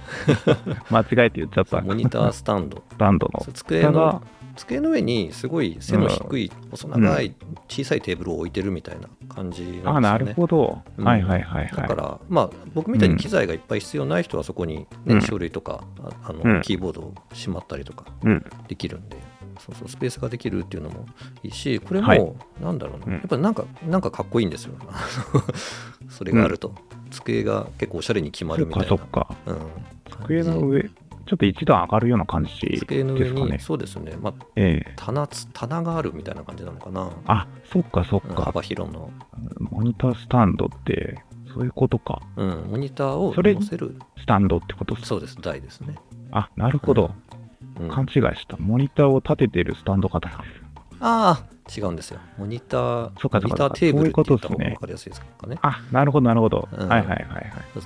Speaker 3: 間違えて言っちゃった。
Speaker 2: モニタースタンド。
Speaker 3: スタンドの
Speaker 2: そう。机
Speaker 3: 下
Speaker 2: の
Speaker 3: が、
Speaker 2: 机の上にすごい背の低い、細長い、小さいテーブルを置いてるみたいな感じなんですよね。
Speaker 3: あ、なるほど。
Speaker 2: うん
Speaker 3: はいはいはいは
Speaker 2: だ
Speaker 3: い
Speaker 2: か。ら、まあ、僕みたいに機材がいっぱい必要ない人は、そこに、ね
Speaker 3: うん
Speaker 2: 書類とかああの、
Speaker 3: うん
Speaker 2: キーボードをしまったりとか
Speaker 3: うん
Speaker 2: できるんで、そうそうスペースができるっていうのもいいし、これも、
Speaker 3: はい
Speaker 2: なんだろうな、
Speaker 3: うん
Speaker 2: やっぱなんかなんかかっこいいんですよ、 それがあると、机が結構おしゃれに決ま
Speaker 3: そ
Speaker 2: る
Speaker 3: っ
Speaker 2: みたい
Speaker 3: か
Speaker 2: な。
Speaker 3: そっか。
Speaker 2: うん
Speaker 3: 机の上、ちょっと一段上がるような感じですか
Speaker 2: 机の上に、
Speaker 3: ね。
Speaker 2: そうですね、まあ、
Speaker 3: ええ
Speaker 2: 棚つ棚があるみたいな感じなのかな、
Speaker 3: あ、そっかそっ
Speaker 2: うん
Speaker 3: か。
Speaker 2: 幅広の、
Speaker 3: モニタースタンドって、そういうことか。
Speaker 2: うん、モニターを
Speaker 3: それ
Speaker 2: 載せる、
Speaker 3: スタンドってことっす
Speaker 2: そうです、台ですね。
Speaker 3: あ、なるほど。
Speaker 2: うん
Speaker 3: 勘違いした。モニターを立ててるスタンド型。
Speaker 2: ああ、違うんですよ。モニター、
Speaker 3: そうかそうか
Speaker 2: モニターテーブルって言った方
Speaker 3: そういうことですね
Speaker 2: が分かりやすいですかね。
Speaker 3: あ、なるほど、なるほど。
Speaker 2: うん
Speaker 3: はいはいはいはい。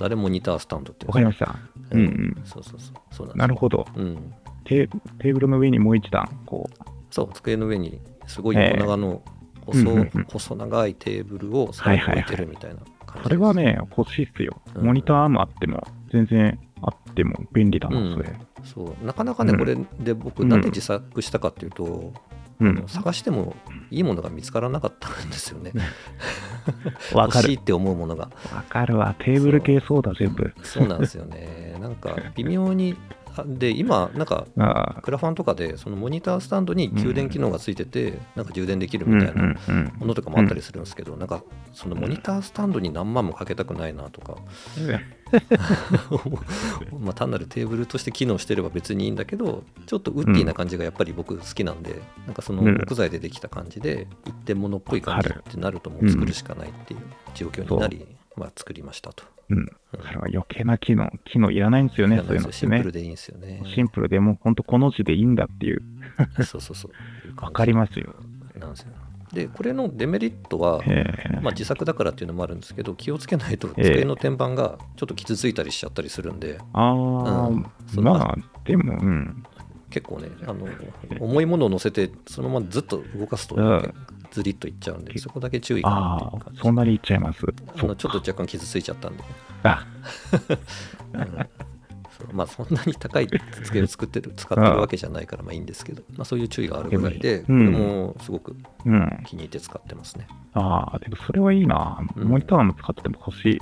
Speaker 2: あれモニタースタンドって言
Speaker 3: わ
Speaker 2: う
Speaker 3: か
Speaker 2: ん
Speaker 3: り
Speaker 2: で
Speaker 3: ますした。
Speaker 2: よ
Speaker 3: うんう
Speaker 2: うん
Speaker 3: ん。
Speaker 2: そうそうそう。そうなんです
Speaker 3: なる
Speaker 2: よ
Speaker 3: ほど。
Speaker 2: うん。
Speaker 3: テテーブルの上にもう一段、こ
Speaker 2: そう、机の上にすごい
Speaker 3: ええ
Speaker 2: 横長の
Speaker 3: うんうんう
Speaker 2: 細
Speaker 3: ん
Speaker 2: 細長いテーブルを最後に置いてるみたいな感じ
Speaker 3: う。
Speaker 2: です。
Speaker 3: それはね、欲しいっすよ。
Speaker 2: うん
Speaker 3: モニターアームあっても、全然あっても便利だな、
Speaker 2: うん
Speaker 3: それ。
Speaker 2: そう、なかなかね、
Speaker 3: うん
Speaker 2: これで僕、なんで自作したかっていうと、
Speaker 3: うん。
Speaker 2: 探してもいいものが見つからなかったんですよね。
Speaker 3: わ
Speaker 2: 欲
Speaker 3: か
Speaker 2: しい
Speaker 3: る。
Speaker 2: って思うものが。
Speaker 3: わかるわ。テーブル系そうだ、全部。
Speaker 2: そうなんですよ ね。なんか微妙に、あで、今、なんか
Speaker 3: ああ。
Speaker 2: クラファンとかでそのモニタースタンドに給電機能がついてて、なんか充電できる
Speaker 3: うんう
Speaker 2: み
Speaker 3: ん
Speaker 2: たいな
Speaker 3: うん。
Speaker 2: ものとかもあったりするんですけど、なんかそのモニタースタンドに何万もかけたくないなとか、 まあ単なるテーブルとして機能してれば別にいいんだけどちょっとウッディな感じがやっぱり僕好きなんで、なんかその
Speaker 3: うん
Speaker 2: 木材でできた感じで一点物っぽい感じってなるともう作るしかないっていう状況になり、まあ作りましたと。
Speaker 3: うん。
Speaker 2: うん
Speaker 3: だから余計な機能、機能いらないんですよね、そういうのっ
Speaker 2: シ
Speaker 3: て
Speaker 2: ンプ
Speaker 3: ね
Speaker 2: ル。でいいんですよね。
Speaker 3: シンプルでもう本当この字でいいんだっていう、
Speaker 2: そうそうそう。
Speaker 3: わかり
Speaker 2: ま
Speaker 3: ますよ。
Speaker 2: す。なんですよ。で、これのデメリットは、
Speaker 3: へえ
Speaker 2: まあ、自作だからっていうのもあるんですけど気をつけないと
Speaker 3: ええ
Speaker 2: 机の天板がちょっと傷ついたりしちゃったりするんで、
Speaker 3: ああ、
Speaker 2: うんその
Speaker 3: まあ、でも、うん。
Speaker 2: 結構ねあの重いものを乗せてそのままずっと動かすと
Speaker 3: うん
Speaker 2: ずりっといっちゃうんでそこだけ注意かな
Speaker 3: あ
Speaker 2: っていう
Speaker 3: あ
Speaker 2: 感、じ
Speaker 3: そんなにいっちゃいます。
Speaker 2: あ
Speaker 3: そ
Speaker 2: の
Speaker 3: う
Speaker 2: ちょっと若干傷ついちゃったんで、
Speaker 3: あ
Speaker 2: うんそうまあそんなに高い机を作って る使ってるわけじゃないからまあいいんですけど、まあ、そういう注意があるぐらいで、こ
Speaker 3: う
Speaker 2: れ
Speaker 3: ん
Speaker 2: もすごく
Speaker 3: うん。
Speaker 2: 気に入って使ってますね。
Speaker 3: ああ、でもそれはいいな。
Speaker 2: うん
Speaker 3: モニターも使っても欲しい。
Speaker 2: はい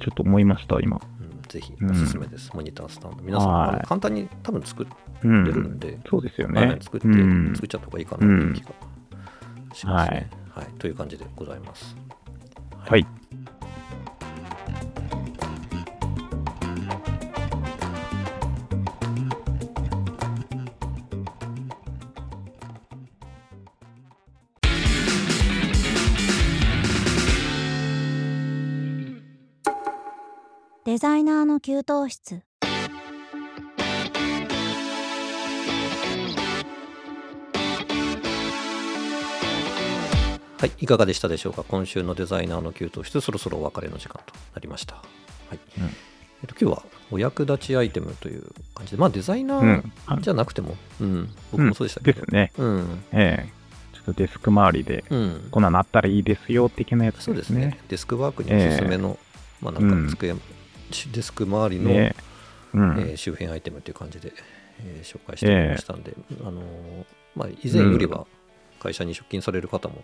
Speaker 3: ちょっと思いました、今。
Speaker 2: うんぜひ
Speaker 3: うん
Speaker 2: おすすめです、モニタースタンド。皆さん、
Speaker 3: はい
Speaker 2: あの簡単に多分作って
Speaker 3: う
Speaker 2: るん
Speaker 3: ん。
Speaker 2: で、
Speaker 3: そうですよ
Speaker 2: はいは
Speaker 3: ね
Speaker 2: い。作って、
Speaker 3: うん。
Speaker 2: 作っちゃった方がいいかなという気がしますね、はい。という感じでございます。
Speaker 3: はい。
Speaker 4: デザイナーの給湯室
Speaker 2: はい、いかがでしたでしょうか今週のデザイナーの給湯室そろそろお別れの時間となりました、はい
Speaker 3: う
Speaker 2: え
Speaker 3: ん
Speaker 2: っと、今日はお役立ちアイテムという感じでまあデザイナ
Speaker 3: う
Speaker 2: ー
Speaker 3: ん。あ
Speaker 2: じゃなくても、うん僕
Speaker 3: うん
Speaker 2: もそうでしたけ
Speaker 3: で
Speaker 2: ど
Speaker 3: すね。
Speaker 2: うん、
Speaker 3: ええ。ちょっとデスク周りで、
Speaker 2: うん
Speaker 3: こんなんなったらいいですよ、的なやつ
Speaker 2: そう
Speaker 3: で
Speaker 2: ですすね
Speaker 3: ね。
Speaker 2: デスクワークにおすすめの、まあなんか机、デスク周りの、
Speaker 3: ねう
Speaker 2: え
Speaker 3: ん。
Speaker 2: ー周辺アイテムという感じで、えー紹介してみましたんで、あのーまあ、以前よりは会社に出勤される方も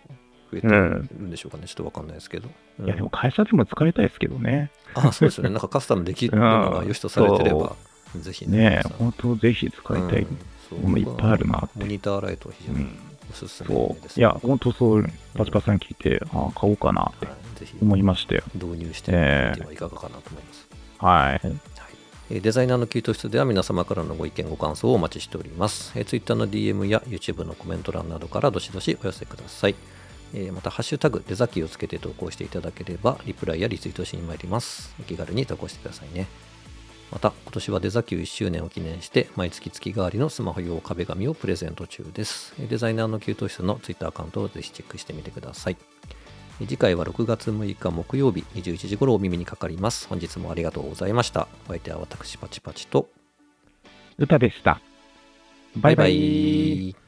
Speaker 2: 増えてるんでしょうかね、ちょっとわかんないですけど、うん
Speaker 3: いや、でも会社でも使いたいですけどね。
Speaker 2: あそうですね、なんかカスタムできるのが良しとされてれば、ぜひ
Speaker 3: ね
Speaker 2: 皆
Speaker 3: え、本当ぜひ使いたい
Speaker 2: さん
Speaker 3: ものいっぱいあるなっ
Speaker 2: モ
Speaker 3: て。
Speaker 2: ニターライトは非
Speaker 3: う
Speaker 2: 常に
Speaker 3: ん。
Speaker 2: おすすめ
Speaker 3: そ
Speaker 2: で
Speaker 3: う。
Speaker 2: す、
Speaker 3: いや、本当そう、パチパチさん聞いて、ああ、買おうかなって
Speaker 2: はいぜひ
Speaker 3: 思いましたよ。
Speaker 2: 導入してみてはいかがかなと思います。
Speaker 3: はい。
Speaker 2: はいえーデザイナーの給湯室では皆様からのご意見、ご感想をお待ちしております。えー Twitter の DM や YouTube のコメント欄などからどしどしお寄せください。えーまた、ハッシュタグ、デザキをつけて投稿していただければ、リプライやリツイートしに参ります。お気軽に投稿してくださいね。また、今年はデザキュー1周年を記念して、毎月月替わりのスマホ用壁紙をプレゼント中です。えーデザイナーの給湯室の Twitter アカウントをぜひチェックしてみてください。えー次回は6月6日木曜日21時頃お耳にかかります。本日もありがとうございました。お相手は私パチパチと。
Speaker 3: 歌でした。バイバイ。
Speaker 2: イ